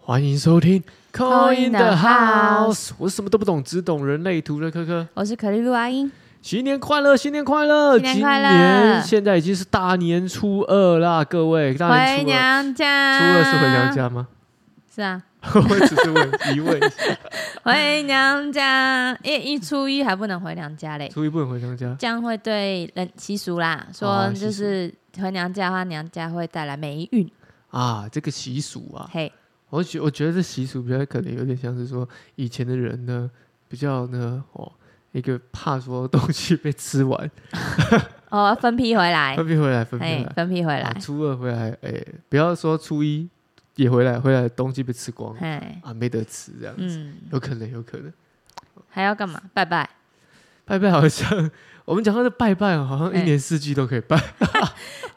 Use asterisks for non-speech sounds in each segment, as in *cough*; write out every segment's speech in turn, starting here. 欢迎收听《Call in in the the House》，我什么都不懂，只懂人类图的科科。我是可丽露阿英，新年快乐，新年快乐！新年快乐今年现在已经是大年初二啦，各位，大年回初二，娘家。初二是回娘？家 *laughs* 吗？是啊，我只是问疑问一下，回娘家。因为一初一还不能回娘家嘞，初一不能回娘家。这样会对人习俗啦，说哦习俗就是回娘家的话，娘家会带来霉运。啊，这个习俗啊，嘿，我觉我觉得这习俗比较可能有点像是说以前的人呢，比较呢哦，一个怕说东西被吃完，哦，分批回 *laughs* 来，分批回来，分批回嘿来，，分批回啊来，初二回来，哎、不要说初一也回来，回来东西被吃光嘿，啊，没得吃这样子，嗯，有可能，有可能。还要干嘛？拜拜。拜拜好像我们讲到的拜拜，好像一哎年四季都可以 *laughs* 拜，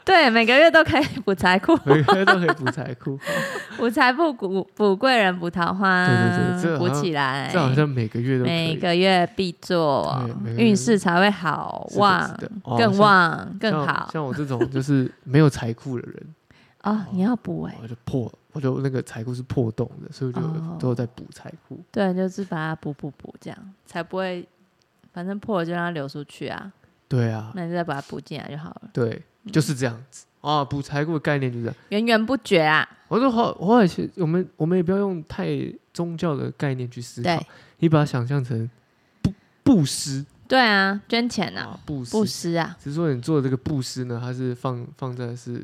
对，每个月都可以补财库， *laughs* 每个月都可以补财库。补财库，补补贵人，补桃花，对对对这好补像起来。这好像每个月都可哎每以，个月必做对每，个月运势才会好是的旺是，的哦更像旺更像好像我这种就是没有财库的 *laughs* 人，哦。你要补哎，我就破，我就那个财库是破洞的，所以我就哦都有在补财库。对，就是把它补补补，这样才不会，反正破了就让它流出去啊，对啊，那你再把它补进来就好了，对，就是这样子啊，补财库的概念就是这样。源源不绝啊。我说好，后来是我们我们也不要用太宗教的概念去思考对，你把它想象成布布施对啊，捐钱啊，啊，布施，布施啊，只是说你做的这个布施呢，它是放放在是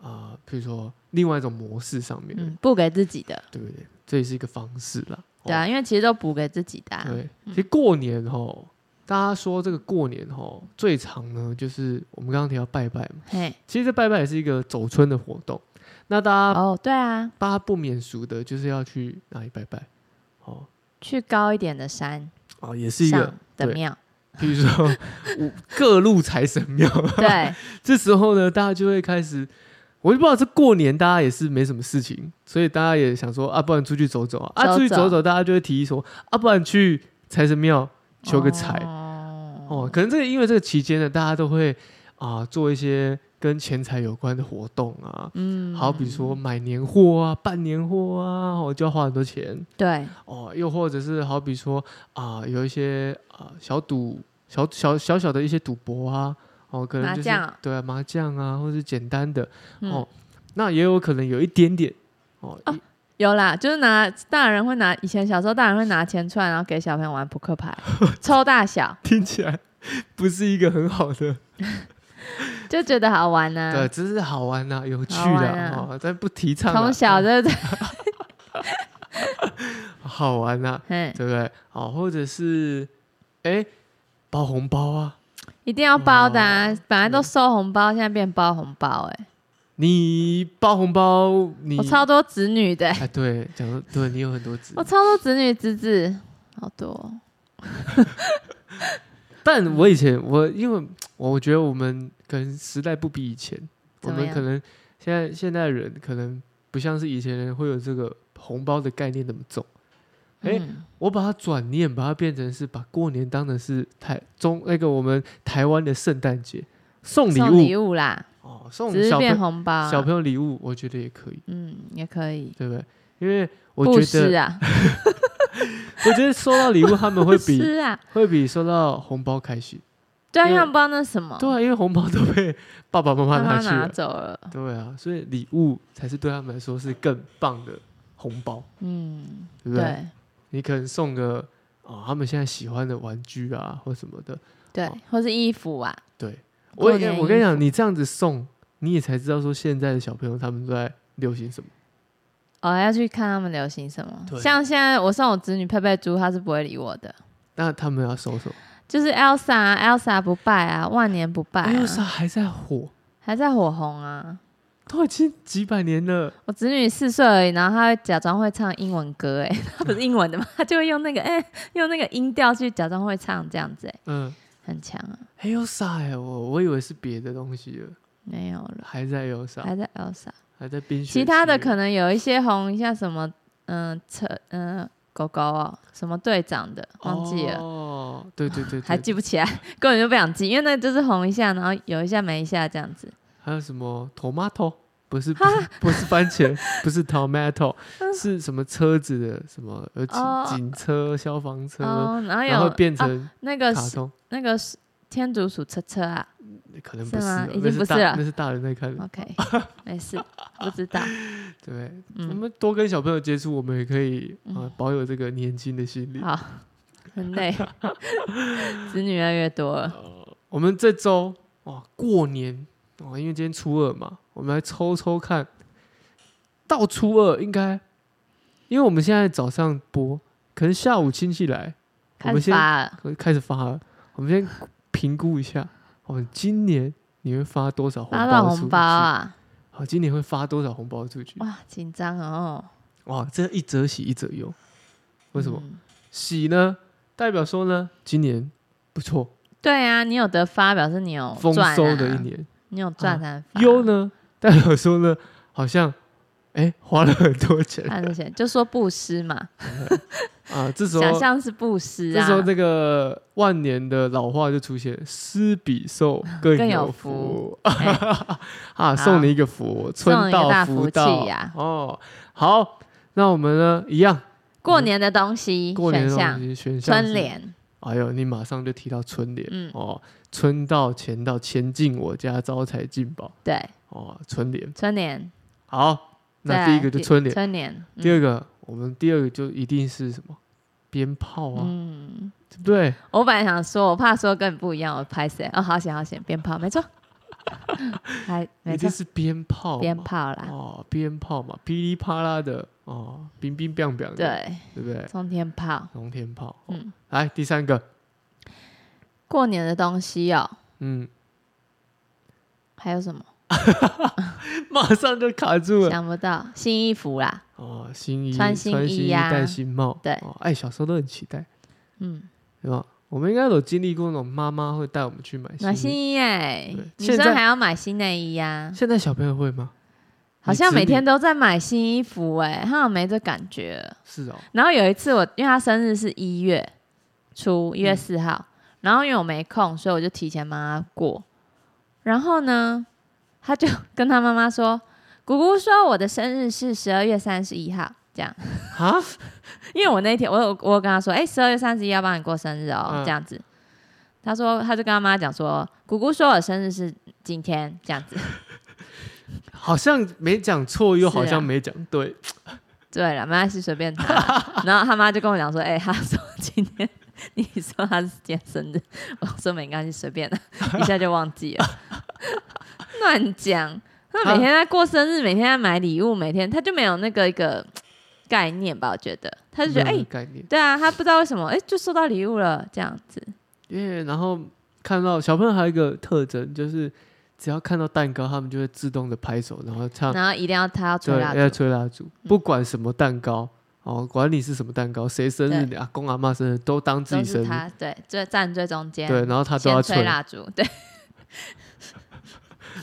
啊、呃，譬如说另外一种模式上面，嗯，布给自己的，对不对？这也是一个方式啦。哦对啊，因为其实都补给自己的啊。对，其实过年吼，大家说这个过年吼最常呢，就是我们刚刚提到拜拜嘛，嘿，其实这拜拜也是一个走春的活动，那大家、哦，对啊，大家不免俗的就是要去哪里拜拜，哦。去高一点的山啊，也是一个上，的对 *laughs* 庙，比如说五各路财神庙。对，这时候呢，大家就会开始，我就不知道这过年大家也是没什么事情，所以大家也想说啊，不然出去走走啊，啊，走出去走走走，大家就会提议说啊，不然去财神庙求个财哦，哦。可能这个因为这个期间呢，大家都会啊做一些跟钱财有关的活动啊。嗯好比说买年货啊，办年货啊，哦，就要花很多钱。对，哦，又或者是好比说啊、有一些啊、小赌小小小小的一些赌博啊，哦，可能麻就是将啊对啊麻将啊，或是简单的，嗯哦那也有可能有一点点哦，哦一有啦，就是拿大人会拿，以前小时候大人会拿钱出来，然后给小朋友玩扑克牌， *laughs* 抽大小听起来 *laughs* 不是一个很好的，就觉得好玩啊呢、对，只是好玩呐、有趣嗯好玩啦，啊哦，但不提倡啊，从小就在，好玩呐、嗯，对不对？哦，或者是哎包红包啊，一定要包的、啊哦，本来都收红包，现在变包红包、哎，你包红包你我超多子女的、欸哎对，讲说对你有很多子我超多子女侄子，好多哦， *laughs* 嗯但我以前我因为我我觉得我们可能时代不比以前，我怎么们样可能现在现代人可能不像是以前人会有这个红包的概念那么重。哎、嗯我把它转念，把它变成是把过年当成是台中那个我们台湾的圣诞节送礼送物礼物啦，哦，送只是小朋变友红包、啊，小朋友礼物，我觉得也可以，嗯，也可以，对不对？因为我不觉是得，啊，我觉得收到礼物他们不会 *laughs* 比是啊，会比收到红包开心。对啊，因因为为他们不知道那是什么，对啊，因为红包都被爸爸妈妈让拿他去拿了。走了，对啊，所以礼物才是对他们来说是更棒的红包，嗯，对不对？对你可能送个哦，他们现在喜欢的玩具啊，或什么的。对哦，或是衣服啊，对，我过年我跟你衣讲，服你这样子送，你也才知道说现在的小朋友他们都在流行什么。哦，要去看他们流行什么对。像现在我送我侄女佩佩猪，她是不会理我的，那他们要收什么？就是 Elsa 啊 Elsa 不败啊，万年不败、啊哎呦，啥还在火，还在火红啊。都已经几百年了。我侄女四岁而已，然后她会假装会唱英文歌、哎， *laughs* 她不是英文的嘛，她就会用那个哎、用那个音调去假装会唱这样子、哎，嗯，很强啊，还有啥呀？哎我我以为是别的东西了，没有了，还在有啥？嗯还在 Elsa。还在冰雪奇缘。其他的可能有一些红，像什么嗯车嗯狗狗哦，什么队长的忘记了。哦，对对对对，还记不起来， *laughs* 根本就不想记，因为那就是红一下，然后有一下没一下这样子。还有什么 tomato？不是不是 *laughs* 不是番茄， *laughs* 不是 tomato，是什么车子的什么呃嗯哦警警车、消防车，哦，然后然后有变啊成那个卡是通，那个是天竺鼠车车啊可能是不是吗了，已那经是不是大了哦那是大人在看的， *laughs* ，OK，没事，不知道，对不对？我嗯，们多跟小朋友接触，我们也可以啊、嗯保有这个年轻的心理。好，*laughs* 很累，子女越来越多了，我们这周哇，过年哦，因为今天初二嘛，我们来抽抽看，到初二应该，因为我们现在早上播，可能下午亲戚来，我开们始先发了，可开始发了，我们先评估一下，我们今年你会发多少红发到包出红去？包啊，好，今年会发多少红包出去？哇，紧张哦，哇，这一则喜一则忧，为什么？嗯喜呢，代表说呢，今年不错，对啊，你有得发，表示你有丰赚啊收的一年。你有赚啊才能发忧呢，代表说呢，好像哎、花了很多钱看这些，就说布施 *laughs* 嘛，啊。这时候，想象是布施这啊时，候那个万年的老话就出现：施比受更更有有福 *laughs* 哎福啊！送你一个福，春送你一个到大福福到气呀哦，好，那我们呢一样，过年的东西过年选的东项，西选项春是，联，哎呦，你马上就提到春联、嗯哦，春到钱到，钱进我家，招财进宝对，哦，春联。春联，好，再那来第一个就春联。啊春联，嗯第二个，我们第二个就一定是什么鞭炮啊，嗯，对不对？我本来想说，我怕说跟你不一样，我拍谁？哦，好险好险，鞭炮，*laughs* 没错，还一没定错，是鞭炮嘛，鞭炮啦，哦，鞭炮嘛，噼里啪啦的哦，冰冰冰冰的，对，对不对？冲天炮，龙天炮，哦嗯，来第三个，过年的东西哦，嗯， *laughs* 还有什么？马上就卡住了想不到，新衣服啦，哦，新衣啊穿新新衣衣呀戴新帽，对哦，哎，小时候都很期待，嗯，对吧？我们应该有经历过那种妈妈会带我们去买买新新衣，衣啊对，哎女现生在还要买新内衣呀、现在小朋友会吗？好像每天你都在买新衣服哎、欸，好像没这感觉了。是哦，然后有一次我，因为他生日是一月初，一月四号，然后因为我没空，所以我就提前帮他过。然后呢，他就 *laughs* 跟他妈妈说：“姑姑说我的生日是十二月三十一号。”这样，啊， *laughs* 因为我那天我有我有跟他说：“哎、十二月三十一要帮你过生日哦。嗯这样子，他说他就跟他妈讲说：“姑姑说我生日是今天。”这样子。好像没讲错，又好是啊像没讲对。对了，没关系，随便他 *laughs* 啦。然后他妈就跟我讲说：“哎、他说今天你说他是今天生日， *laughs* 我说没关系，随便 *laughs* 的，一下就忘记了。”乱讲，他每天在过生日，每天在买礼物，每天他就没有那个一个概念吧？我觉得他就觉得哎、没有概念。对啊，他不知道为什么哎、就收到礼物了这样子。耶、然后看到小朋友还有一个特征，就是只要看到蛋糕，他们就会自动的拍手，然后唱，然后一定要他要吹嗯对，要蜡烛，嗯吹蜡烛，不管什么蛋糕。哦，管你是什么蛋糕，谁生日，对你阿公阿妈生日都当自都己生日，是他对，最站最中间，对，然后他都要先吹吹，蜡烛，对，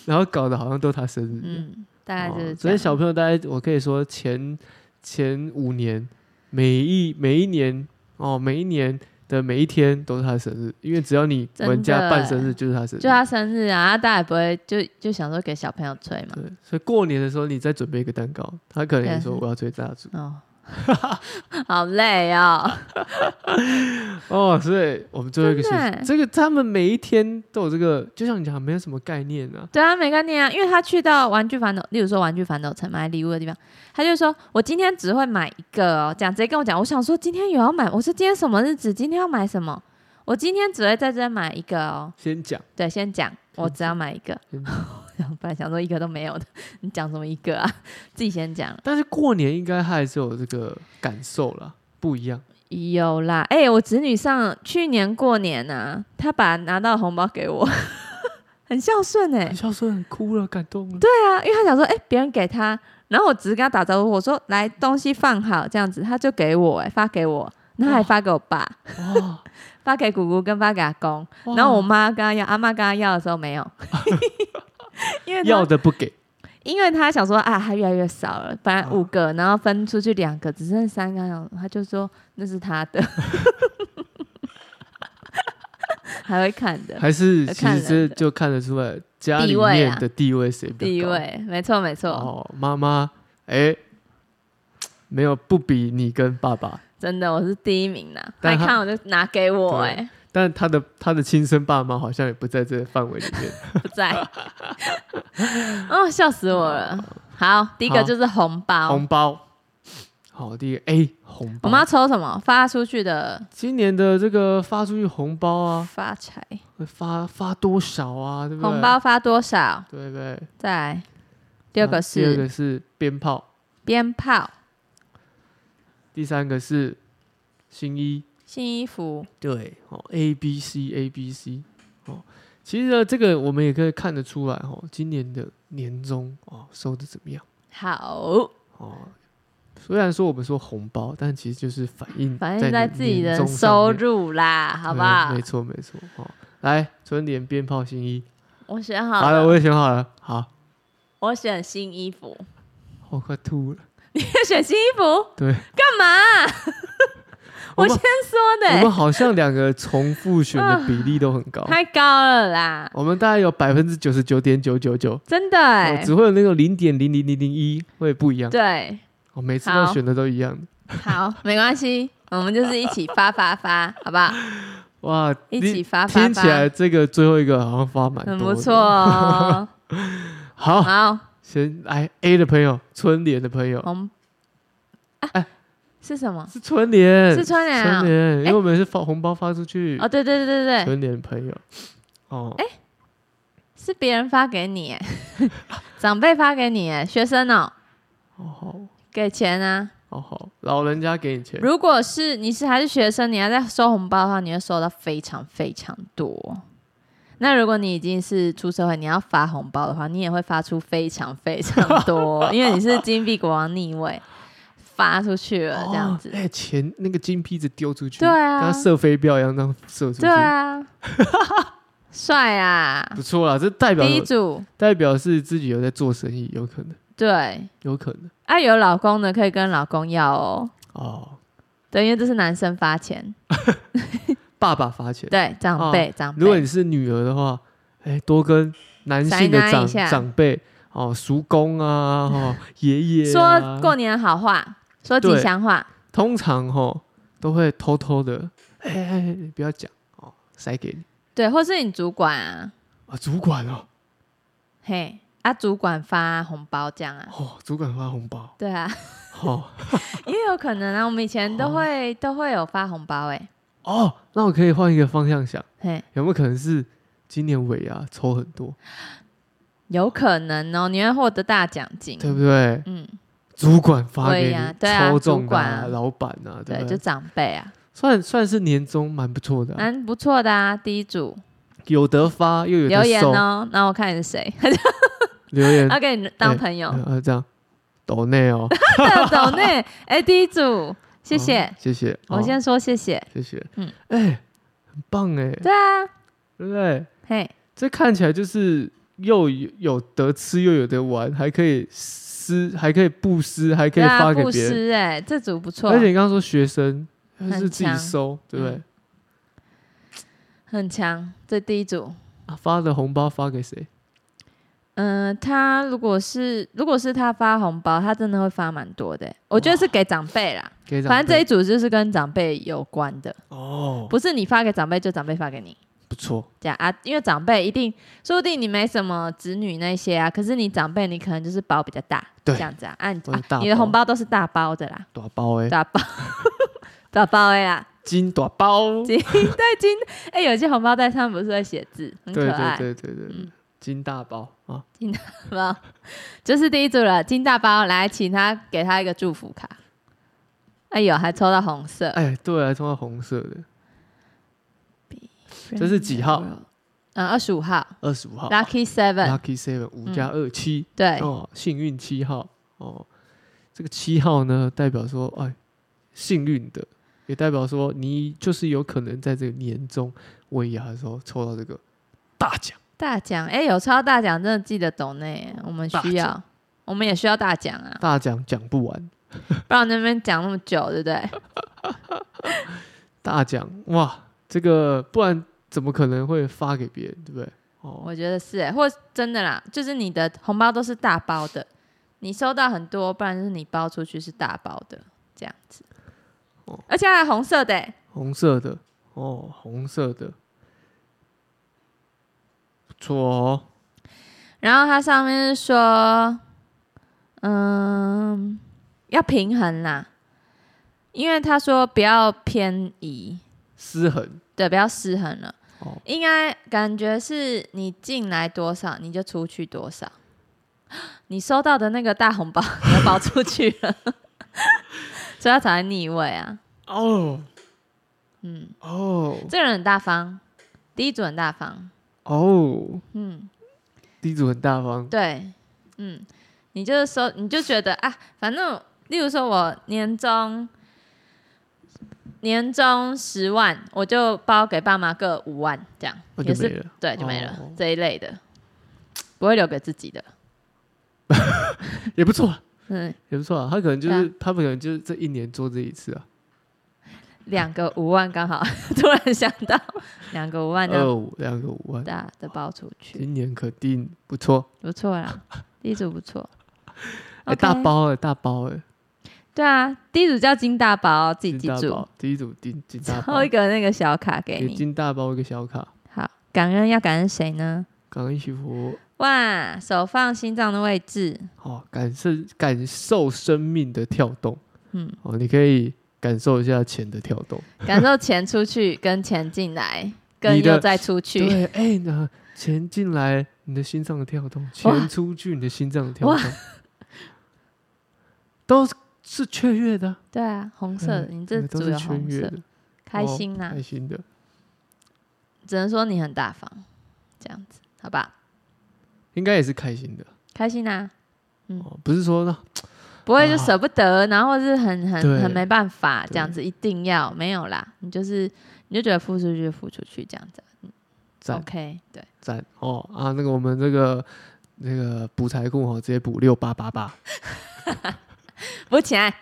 然后搞得好像都他生日一样。嗯，大概就是哦这所以样。小朋友大概我可以说前前五年，每一每一年哦，每一年的每一天都是他的生日，因为只要你真玩家的办生日就是他生日，就他生日啊，啊大家也不会就就想说给小朋友吹嘛。对，所以过年的时候你再准备一个蛋糕，他可能也说我要吹蜡烛哦， *laughs* 好累哦，哦，所以我们最后一个学真的欸习，这个他们每一天都有这个，就像你讲没有什么概念啊，对啊，没概念啊，因为他去到玩具反斗，例如说玩具反斗城买礼物的地方，他就说我今天只会买一个哦，这样直接跟我讲，我想说今天有要买，我说今天什么日子，今天要买什么，我今天只会在这买一个哦，先讲对，先讲，我只要买一个， *laughs* 先我本来想说一个都没有的，你讲什么一个啊，自己先讲。但是过年应该还是有这个感受啦，不一样有啦，哎、我侄女上去年过年啊，她把拿到的红包给我， *laughs* 很孝顺哎、你孝顺哭了，感动了，对啊，因为她想说，哎、别人给她，然后我只是跟她打招呼，我说来东西放好这样子，她就给我哎、发给我，然后还发给我爸，哇，发给姑姑跟发给阿公，哇然后我妈跟她要，阿妈跟她要的时候没有，因为她要的不给，因为她想说啊，她越来越少了，本来啊五个，然后分出去两个，只剩三个，她想她就说那是她的， *laughs* 还会看的。还是其看实人这的就看得出来家里地位面啊的地位谁比地较高？位，没错没错，哦，妈妈，哎，没有不比你跟爸爸，真的我是第一名呐，但他快看我就拿给我对哎、但他的他的亲生爸妈好像也不在这个范围里面。不在， *laughs* 哦笑死我了。好，第一个好就是红包，红包，好，第一个 A 红我包们，要抽什么？发出去的今年的这个发出去红包啊，发财，会发发多少啊？对不对？红包发多少？对不对？再来，第二啊个第二是个是鞭炮，鞭炮、第三个是新衣。新衣服，对，哦，A B C A B C，哦，其实呢，这个我们也可以看得出来，哦，今年的年终哦收的怎么样？好，哦，虽然说我们说红包，但其实就是反映反正在在自己年的终上收面，入啦，好不好哎对没？错没错，哦，来，春联、鞭炮、新衣，我选好好了，了，我也选好了，好，我选新衣服， *laughs* 我快吐了，你也选新衣服，对，干嘛？ *laughs* 我们先说的我欸、们好像两个重复选 *laughs* 的比例都很高，太高了啦，我们大概有百分之九十九点九九九，真的哦哎、只会有那个零点零零零零一会不一样。对，我、每次都好选的都一样的。好，没关系， *laughs* 我们就是一起发发发，好不好？哇，一你起发发听起来发，这个最后一个好像发蛮多很的，不错。哦。好，好，哦先来 A 的朋友，春联的朋友红哎啊是什么？是春联，是春联春啊？联，因为我们是发红包发出去哦，，对对对对对，春联朋友。哦，是别人发给你耶， *laughs* 长辈发给你耶，学生哦好好给钱啊。好好，老人家给你钱，如果是你是还是学生，你还在收红包的话，你会收到非常非常多。那如果你已经是出社会，你要发红包的话，你也会发出非常非常 *laughs* 多，因为你是金币国王逆位发出去了，这样子哦。哎，钱那个金币子丢出去，对啊跟射飞镖一样，这样射出去对， *laughs* 啊，帅啊！不错啦，这代表第一组代表是自己有在做生意，有可能，对，有可能啊有老公的可以跟老公要哦，哦。对，因为这是男生发钱，爸爸发钱，对，长辈、长哦如果辈你是女儿的话，哎，多跟男性的塞纳长一下长辈哦，叔公啊， *laughs* 哦，爷爷、啊、说过，年好话，说吉对祥话，通常哦都会偷偷的，哎哎，哎你不要讲哦，塞给你对，或是你主管啊，啊，主管哦，嘿，啊主管发红包这样啊，哦，主管发红包，对啊， *laughs* 哦也有可能啊，我们以前都会都会有发红包哎、哦，那我可以换一个方向想，嘿，有没有可能是今年尾牙抽很多，有可能哦，你会获得大奖金，对不对？嗯，主管发给尾你牙，对啊抽中主的管啊、啊老板啊，对对，不就对？长辈啊，算算是年终蛮不错的啊、蛮不错的啊，第一组有得发又有留得言收，哦，啊那我看你是谁，留 *laughs* 言要跟你当哎 *laughs* 朋友，呃，这样，抖内哦，对，懂内，哎，第一组 *laughs* 谢哦谢，谢谢，我哦先说谢谢，谢谢，嗯嗯，哎，很棒哎，对啊，对不对？嘿，这看起来就是又有有得吃又有得玩，还可以撕，还可以布施，还可对以啊，发给布别人，施哎，这组不错而，且你刚刚说学生很是自己强收，对不对？很强，这第一组。啊发的红包发给谁？嗯、他如果是如果是他发红包，他真的会发蛮多的。欸我觉得是给长辈啦，给长辈反正这一组就是跟长辈有关的，哦，不是你发给长辈就长辈发给你不错，这样啊。因为长辈一定，说不定你没什么子女那些啊，可是你长辈你可能就是包比较大，对这样子啊。啊你都是啊大你的包红包都是大包的啦，大包哎，大包 *laughs* 大包哎呀，金大包，金对金哎、有些红包袋上面不是会写字，很对可对爱，对对对对嗯，金大包啊，好不好？就是第一组了，金大包来，请他给他一个祝福卡。哎呦，还抽到红色，哎，对啊，抽到红色的，这是几号？嗯，二十五号二十五号。 ，Lucky Seven， Lucky Seven 五加二七对，哦，幸运七号哦，这个七号呢代表说哎幸运的，也代表说你就是有可能在这个年终尾牙的时候抽到这个大奖，大奖，哎，有抽到大奖，真的记得懂呢，我们需大要，我们也需要大奖啊，大奖讲不完，不然那边讲那么久，对不对？大奖哇，这个不然怎么可能会发给别人，对不对？哦，我觉得是、欸，或真的啦，就是你的红包都是大包的，你收到很多，不然就是你包出去是大包的这样子哦，而且还有红色的、欸，红色的，哦，红色的，不错哦，然后它上面是说，嗯，要平衡啦，因为他说不要偏移，失衡对，不要失衡了。哦应该感觉是你进来多少，你就出去多少。 *gasps* 你收到的那个大红包要包出去了，所以他才会逆位啊。哦嗯，哦这个人很大方，第一组很大方，哦，嗯，地主很大方，对，嗯，你就是说，你就觉得啊，反正例如说我年终年终十万，我就包给爸妈各五万，这样那也哦就没是了，对，就没了、哦这一类的，不会留给自己的。也不错啊，嗯，也不错啊。他可能就对啊是他们可能就是这一年做这一次啊，两个五万刚好， *laughs* 突然想到两个五万这样二五两个五万，大的包出去，今年肯定不错。不错啦，第一组不错。哎， OK 大包哎，大包哎，对啊，第一组叫金大包，自己金记大住包，，第一组金金大包抽一，个那个小卡给给你。金大包一个小卡，好，感恩要感恩谁呢？感恩祈福，哇，手放心脏的位置，哦，感受感受生命的跳动，嗯，哦，你可以感受一下钱的跳动。感受钱出去跟钱进来，跟你的又再出去，对，哎，那钱进来，你的心脏的跳动；哇钱出去，你的心脏的跳哇动，都是是雀跃的啊，对啊，红色的，你这嗯对都组是有雀红跃色的，，哦开心啦开，心的。只能说你很大方，这样子，好吧，应该也是开心的开心啦，嗯哦，不是说呢，不会就啊舍不得，然后是很对很很没办法对这样子，一定要没有啦，你就是你就觉得付出去就付出去这样子嗯赞，OK，对，赞哦啊，那个我们这个那个补财库哦，直接补六八八八扶起来，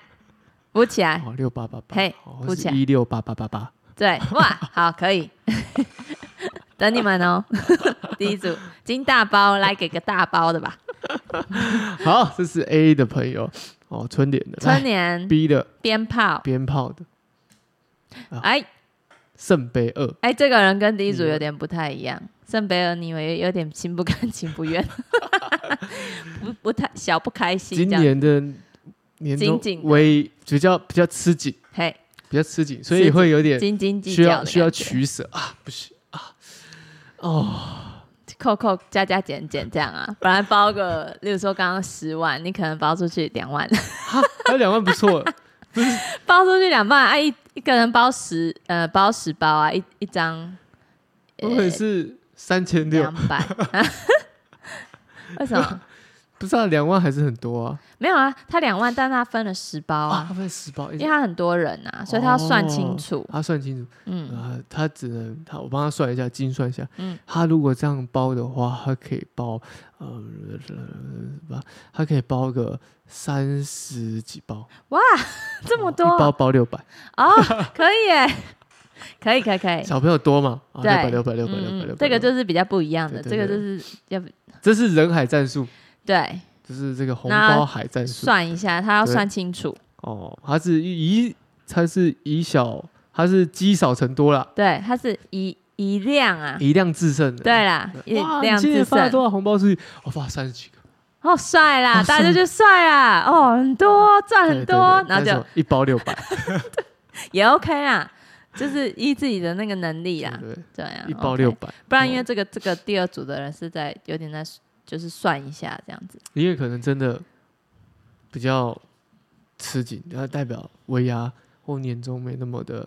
扶起来，哦，六八八八，嘿哦，补或起是来一六八八八八， *laughs* 对，哇，好，可以， *laughs* 等你们哦。 *laughs* 第一组金大包，来给个大包的吧。好，这是 A 的朋友哦，春联的，春来联、 B 的鞭炮，鞭炮的哎圣杯二，哎，这个人跟第一组有点不太一样。圣杯尔，你为有点心不甘情不愿， *laughs* 不不太小不开今心这样。年的年紧终紧的为比较比较吃紧，嘿，比较吃紧，所吃以紧会有点斤斤计需较要的需要感觉取舍啊，不行啊，哦，扣扣加加减减这样啊。本来包个，例如说刚刚十万，你可能包出去两万， *laughs* 哈，还有两万不错了，包出去两万，哎、一一个人包十呃包十包啊，一一张。我可能是三千六两， *laughs* 百，为什么？不知道两万还是很多啊，没有啊，他两万，但他分了十包啊，他啊，分十包，因为他很多人啊，所以他要算清楚。他算清楚，嗯，呃，他只能他我帮他算一下，精算一下，嗯他如果这样包的话，他可以包呃，呃他可以包个三十几包，这么一包多包六百，哦，可以耶，可以，可以，可以。小朋友多嘛，啊，六百对，六百六百六百嗯六百，嗯这个600就是比较不一样的，对这对个对就是要这是人海战术，对就是这个红那包海战术算一下，他要对算清楚，哦，它是以它是以小，它是积少成多啦，对，他是一一量啊，以量制胜的。对啦，一哇，你量今制年发了胜，多少红包出去？我发三十几个，哦，帅啦，哦大家帅就帅啦，哦，很多赚很多，然后就就一包六 *laughs* 百，也 OK 啦，就是依自己的那个能力啦，对，对啊，一包 OK 六百，不然因哦为这个这个第二组的人是在有点在就是算一下这样子，因为可能真的比较吃紧，然后代表尾牙或年终没那么的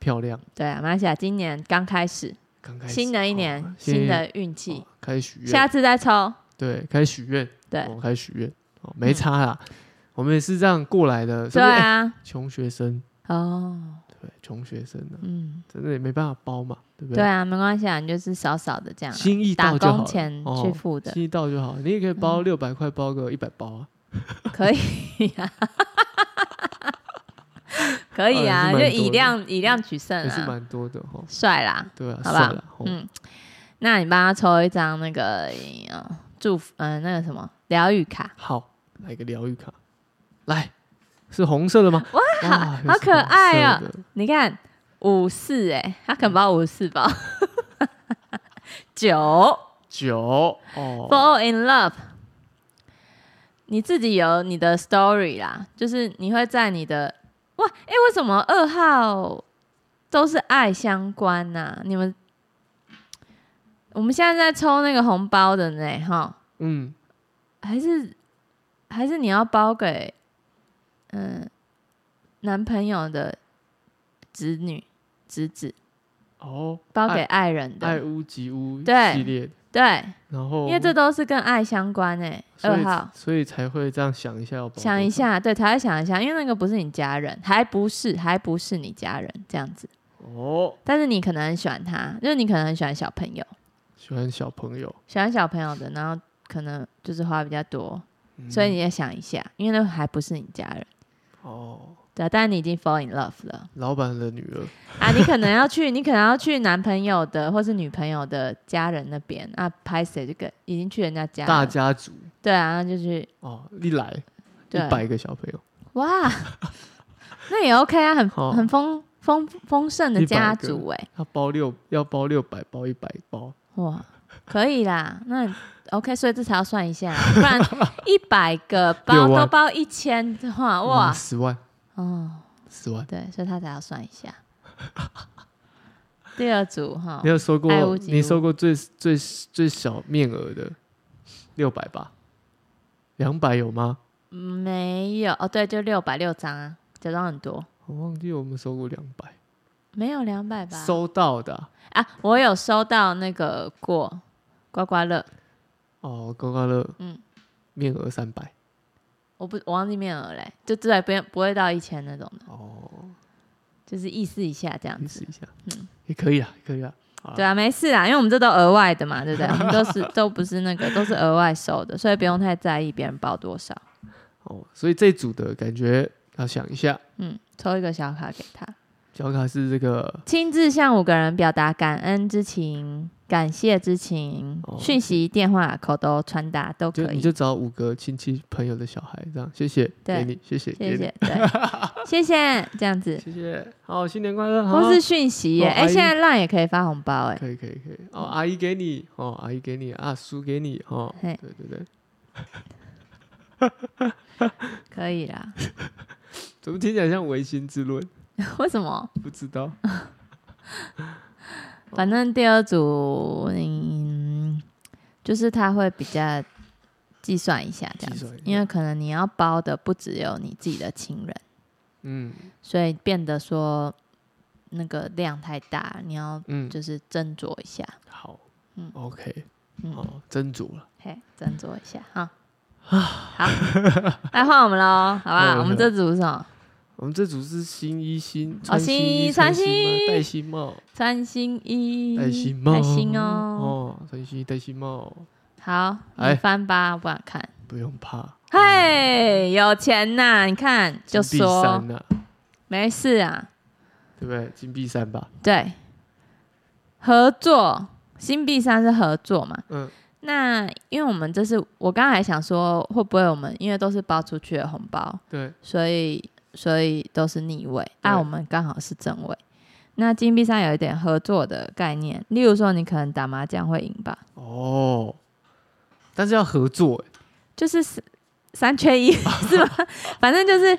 漂亮。对啊，马来西亚今年刚开始，刚开始新的一年、哦新的哦的运气，开始许下愿，次再抽，对，开始许愿，对、嗯哦，开始许愿，哦，没差啦，我们也是这样过来的，所对以啊，穷学生，哦，对，穷学生啊，嗯，真的也没办法包嘛，对不对？啊，没关系啊，你就是少少的这样啊、心意打到就好工了，钱哦去付的，嗯心意到就好，你也可以包六百块，包个一百包啊，可以呀、 *laughs* 可以啊，哦也是蛮多就的以量以量取胜也是啊，蛮多的哈。哦帅啦，对啊，好算吧了，哦嗯，那你帮他抽一张那个呃祝福，嗯、那个什么疗愈卡，好，来一个疗愈卡，来，是红色的吗？哇，又好是可红爱啊色的你看五四哎，他可能包 *laughs* 五四吧，九九哦， fall in love。你自己有你的 story 啦，就是你会在你的哇，哎、为什么二号都是爱相关呐、你们我们现在在抽那个红包的呢，哈，嗯，还是还是你要包给嗯男朋友的子女侄子，哦，包给爱人的，爱屋及乌对系列，对，然后因为这都是跟爱相关诶、所二以号所以才会这样想一下要保护它，想一下，对，才会想一下，因为那个不是你家人，还不是还不是你家人这样子，哦，但是你可能很喜欢他，就是你可能很喜欢小朋友，喜欢小朋友，喜欢小朋友的，然后可能就是花比较多，嗯所以你也想一下，因为那还不是你家人，哦，对啊，但是你已经 fall in love 了。老板的女儿，啊，你可能 *laughs* 要去，你可能要去男朋友的或是女朋友的家人那边啊，拍谁这个已经去人家家了，大家族对啊，那就去哦，一来对一百个小朋友，哇，那也 OK 啊，很好很丰丰丰盛的100家个族哎、要包六要包六百包一百包，哇，可以啦，那 OK，所以这才要算一下，啊不然一百 *laughs* 个包六万都包一千的话，哇，哇，十万哦，十万。对，所以他才要算一下。第二组哈你，有收过爱屋？及你乌收过最最最小面额的六百吧？两百有吗？没有哦，对，就六百六张啊，假装很多。我忘记我们收过两百，没有两百吧？收到的啊、啊，我有收到那个过刮刮乐，哦，刮刮乐，嗯面额三百我不我忘记面额嘞，就对，不用不会到一千那种的，哦，就是意思一下这样你子试。一下，嗯也可以啊，可以啊，好啦对啊，没事啦，因为我们这都额外的嘛，对不对？我们都 *laughs* 是都不是那个，都是额外收的，所以不用太在意别人包多少。哦，所以这组的感觉要想一下，嗯，抽一个小卡给他，小卡是这个亲自向五个人表达感恩之情、感谢之情，哦讯息、电话、口头传达都就可以你。就找五个亲戚朋友的小孩这样，谢谢，对给你，谢谢，谢给你谢，对， *laughs* 谢谢，这样子。谢谢，好，新年快乐，好或是讯息耶，哦哎、阿姨现在浪也可以发红包哎，可以可以可以哦，阿姨给你哦，阿姨给你啊，叔给你哦，对嘿对对，可以啦。 *laughs* 怎么听起来像唯心之论？为什么？不知道，反正第二组，嗯，就是他会比较计算一下这样计子算一，下因为可能你要包的不只有你自己的亲人，嗯所以变得说那个量太大，你要嗯，就是斟酌一下，好，嗯 o k 嗯哦，斟酌了，嘿，斟酌一下 *laughs* 哈。好，来换我们喽，好不换我好？ *laughs* 们我们这组是什么？我们这组是新一新穿哦新衣衣穿穿新新吗衣戴新帽，穿新衣，戴新帽，开心哦。哦，穿新衣戴新帽，好，哎你翻吧，我不想看。不用怕，嘿，有钱呐、你看就金币哎说三呐，啊没事啊。对不对？金币三吧，对，合作，新币三是合作嘛？嗯，那因为我们这是我刚才想说，会不会我们因为都是包出去的红包，对，所以所以都是逆位，对啊，我们刚好是正位。那金币三有一点合作的概念，例如说你可能打麻将会赢吧，哦，但是要合作，欸就是三三缺一 *laughs* 是吗？反正就是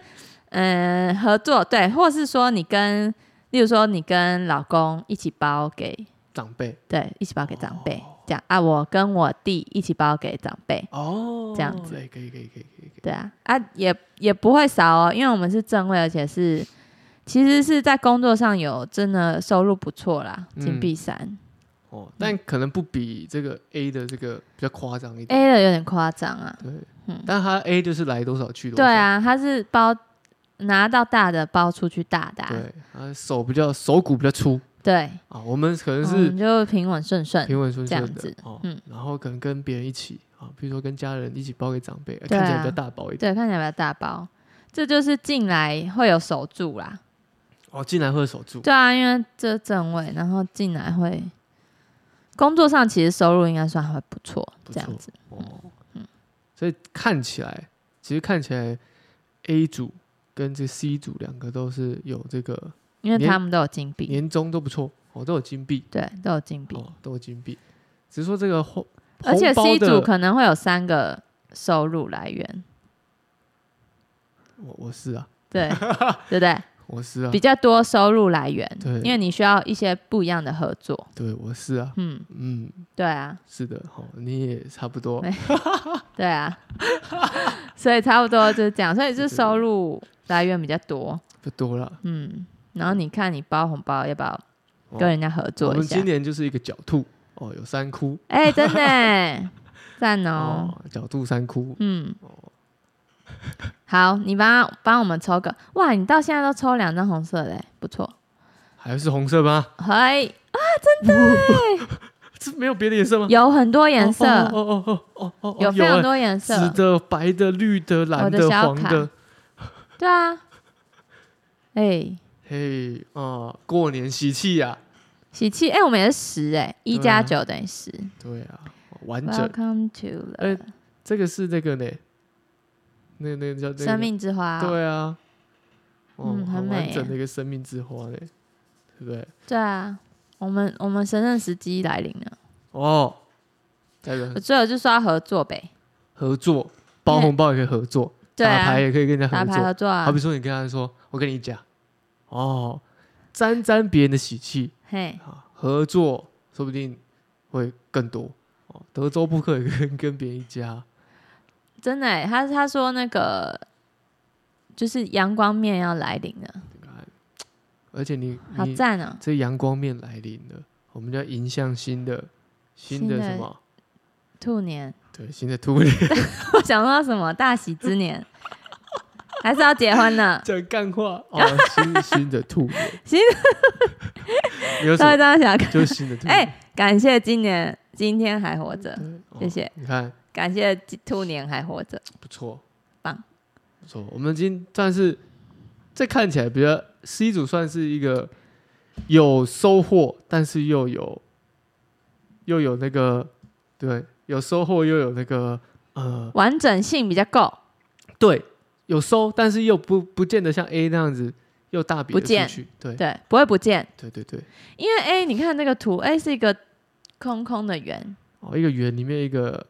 嗯，合作对，或是说你跟，例如说你跟老公一起包给，长辈对，一起包给长辈、哦这样啊，我跟我弟一起包给长辈，哦，这样子哎，可以可以可以可以可以，对啊啊也也不会少哦，因为我们是正位，而且是其实是在工作上有真的收入不错啦，嗯金币三、哦，但可能不比这个 A 的这个比较夸张一点。 A 的有点夸张啊，对，嗯但他 A 就是来多少去多对少。，啊，他是包拿到大的包出去大的啊、对，他手比较手骨比较粗对，啊，我们可能嗯是就平稳顺顺，平稳顺顺这的样子哦嗯，然后可能跟别人一起啊，比如说跟家人一起包给长辈，呃对啊看起来比较大包一点。对，看起来比较大包。这就是进来会有守住啦，哦，进来会守住，对啊，因为这正位，然后进来会工作上其实收入应该算还不错，不这错样子。哦，嗯所以看起来，其实看起来 A 组跟这 C 组两个都是有这个因为年他们都有金币，年终都不错，哦，都有金币，对，都有金币，哦，都有金币，只是说这个红，而且红包 C 组的可能会有三个收入来源，我我是啊， *laughs* 对对不对？我是啊比，较多收入来源对，因为你需要一些不一样的合作。对，我是啊，嗯，嗯，对啊，是的，好、你也差不多没，对啊， *laughs* 所以差不多就是这样，所以对是对对收入来源比较多，不多了。嗯，然后你看你包红包要不要哦跟人家合我作一们下今？年就是一个狡兔，哦，有三窟，哎、真的欸赞哦，哦，狡兔三窟，嗯哦，好，你帮帮我们抽个，哇，你到现在都抽两张红色的欸，不错，还是红色吗？ *laughs* 嘿，这没有别的颜色吗？有很多颜色，哦哦哦哦哦哦，有非欸常多颜色，哦紫的、白的、绿的、蓝我的小黄卡的，对啊，哎、嘿啊、过年喜气呀、啊，喜气，哎、我们也是十、哎，一对啊加九等于十。对啊，完整。 Welcome to 哎 the 这个是那个呢，那那个叫那个生、命之花，对啊，哦，嗯很完美整耶的一个生命之花呢，对不对？对啊，我们我们神圣时机来临了，哦，代表我最后就说要合作呗，合作，包红包也可以合作，对打牌啊，也可以跟人家合打牌合作。作好啊比，说，你跟他说，我跟你讲，哦，沾沾别人的喜气，嘿，啊，合作说不定会更多哦。德州扑克也跟跟别人一家，真的、哎，他他说那个就是阳光面要来临了，而且你好你赞哦、这阳光面来临了，我们就要迎向新的新新的的什么？兔年， *laughs* 对，新的兔年我想说什么大喜之年， *laughs* 还是要结婚呢？讲干话哦，新 *laughs* 新的兔年， *laughs* 新 *laughs* 你有什稍微么？这样想看，就是新的兔哎、年，感谢今年今天还活着，对哦谢谢你看感谢兔年还活着，不错，棒，不错。我们今但是这看起来比较 C 组算是一个有收获，但是又有又有那个对，有收获又有那个呃完整性比较够。对，有收，但是又不不见得像 A 那样子又大笔不的见出去，对对，不会不见，对对对，因为 A 你看这个图，A 是一个空空的圆，哦，一个圆里面一个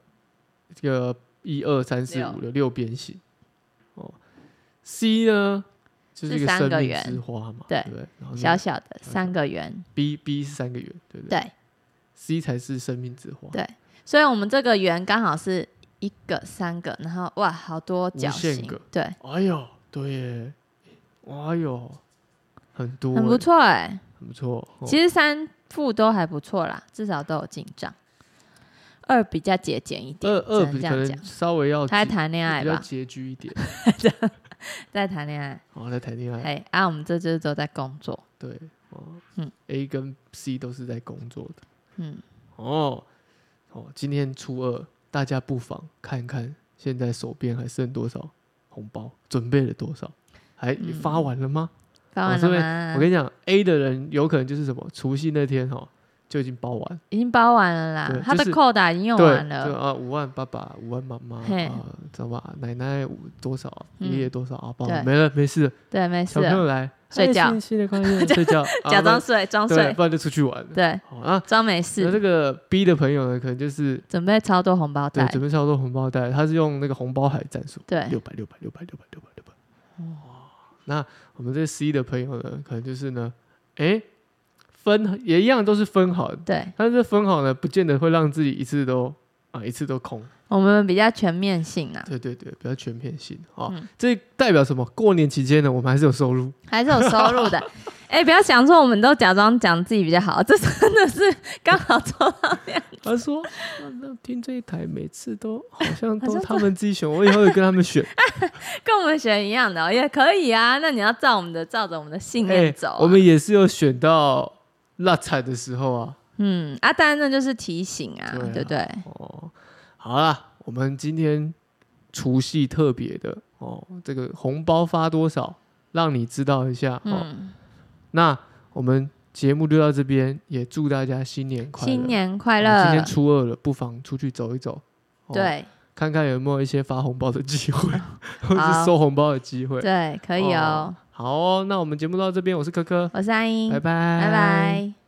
这个一二三四六五的六边形，哦，C 呢就是是一个三生个命圆之花嘛，对对不对，然后那小个小的三个圆， B B 是三个圆，对不对对， c 才是生命之花，对所以我们这个圆刚好是一个、三个，然后哇，好多角无限形个，对，哎呦，对耶，哎呦，很多耶，很不错哎、很不错，哦其实三副都还不错啦，至少都有进账。二比较节俭一点，二二只能比这可样讲能。稍微要他在拮谈恋爱比较吧，拮据一 *laughs* 点，在谈恋爱。哦，在谈恋爱，哎，啊，我们这就是都在工作。对，哦，嗯，A 跟 C 都是在工作的，嗯，哦，哦，今天初二，大家不妨看看现在手边还剩多少红包，准备了多少，还嗯发完了吗？发完哦是了不是吗？我跟你讲，A 的人有可能就是什么，除夕那天哈、哦、就已经包完，已经包完了对啦，就他是的扣打已经用对，完就了。啊五万爸爸，五万妈妈，嘿啊知道吧？奶奶五多少，嗯爷爷多少啊？包对没了，没事了，对，没小事朋了。友来睡觉哎新新年快 *laughs* 乐，睡觉，啊假装不睡，装然对，睡，不然就出去玩了。对，好啊，装没那这事，个 B 的朋友呢，可能就是准备超多红包对袋，准备超多红包袋，他是用那个红包海战术，对，六百六百六百六百六百六百。哦，那我们这 C 的朋友呢，可能就是呢，哎，分也一样都是分好的，对，但是分好呢，不见得会让自己一次都啊一次都空。我们比较全面性啊，对对对，比较全面性啊、哦嗯这代表什么？过年期间呢，我们还是有收入，还是有收入的。 *laughs* 哎，不要想说我们都假装讲自己比较好，这真的是刚好做到这样。他 *laughs* 说：“那那听这一台每次都好像好都像他们自己选，我以后也跟他们 *laughs* 选。哎跟我们选一样的哦也可以啊。那你要照我们的，照着我们的信哎念走啊。我们也是有选到辣彩的时候啊。嗯啊，当然那就是提醒啊，对啊对不对？哦，好啦，我们今天除夕特别的哦，这个红包发多少，让你知道一下哦。嗯，那我们节目就到这边，也祝大家新年快乐！新年啊快乐！今天初二了，不妨出去走一走，哦，对看看有没有一些发红包的机 *laughs* 会，或好是收红包的机会。对，可以哦。好哦，那我们节目到这边，我是科科，我是安英，拜拜，嗯拜拜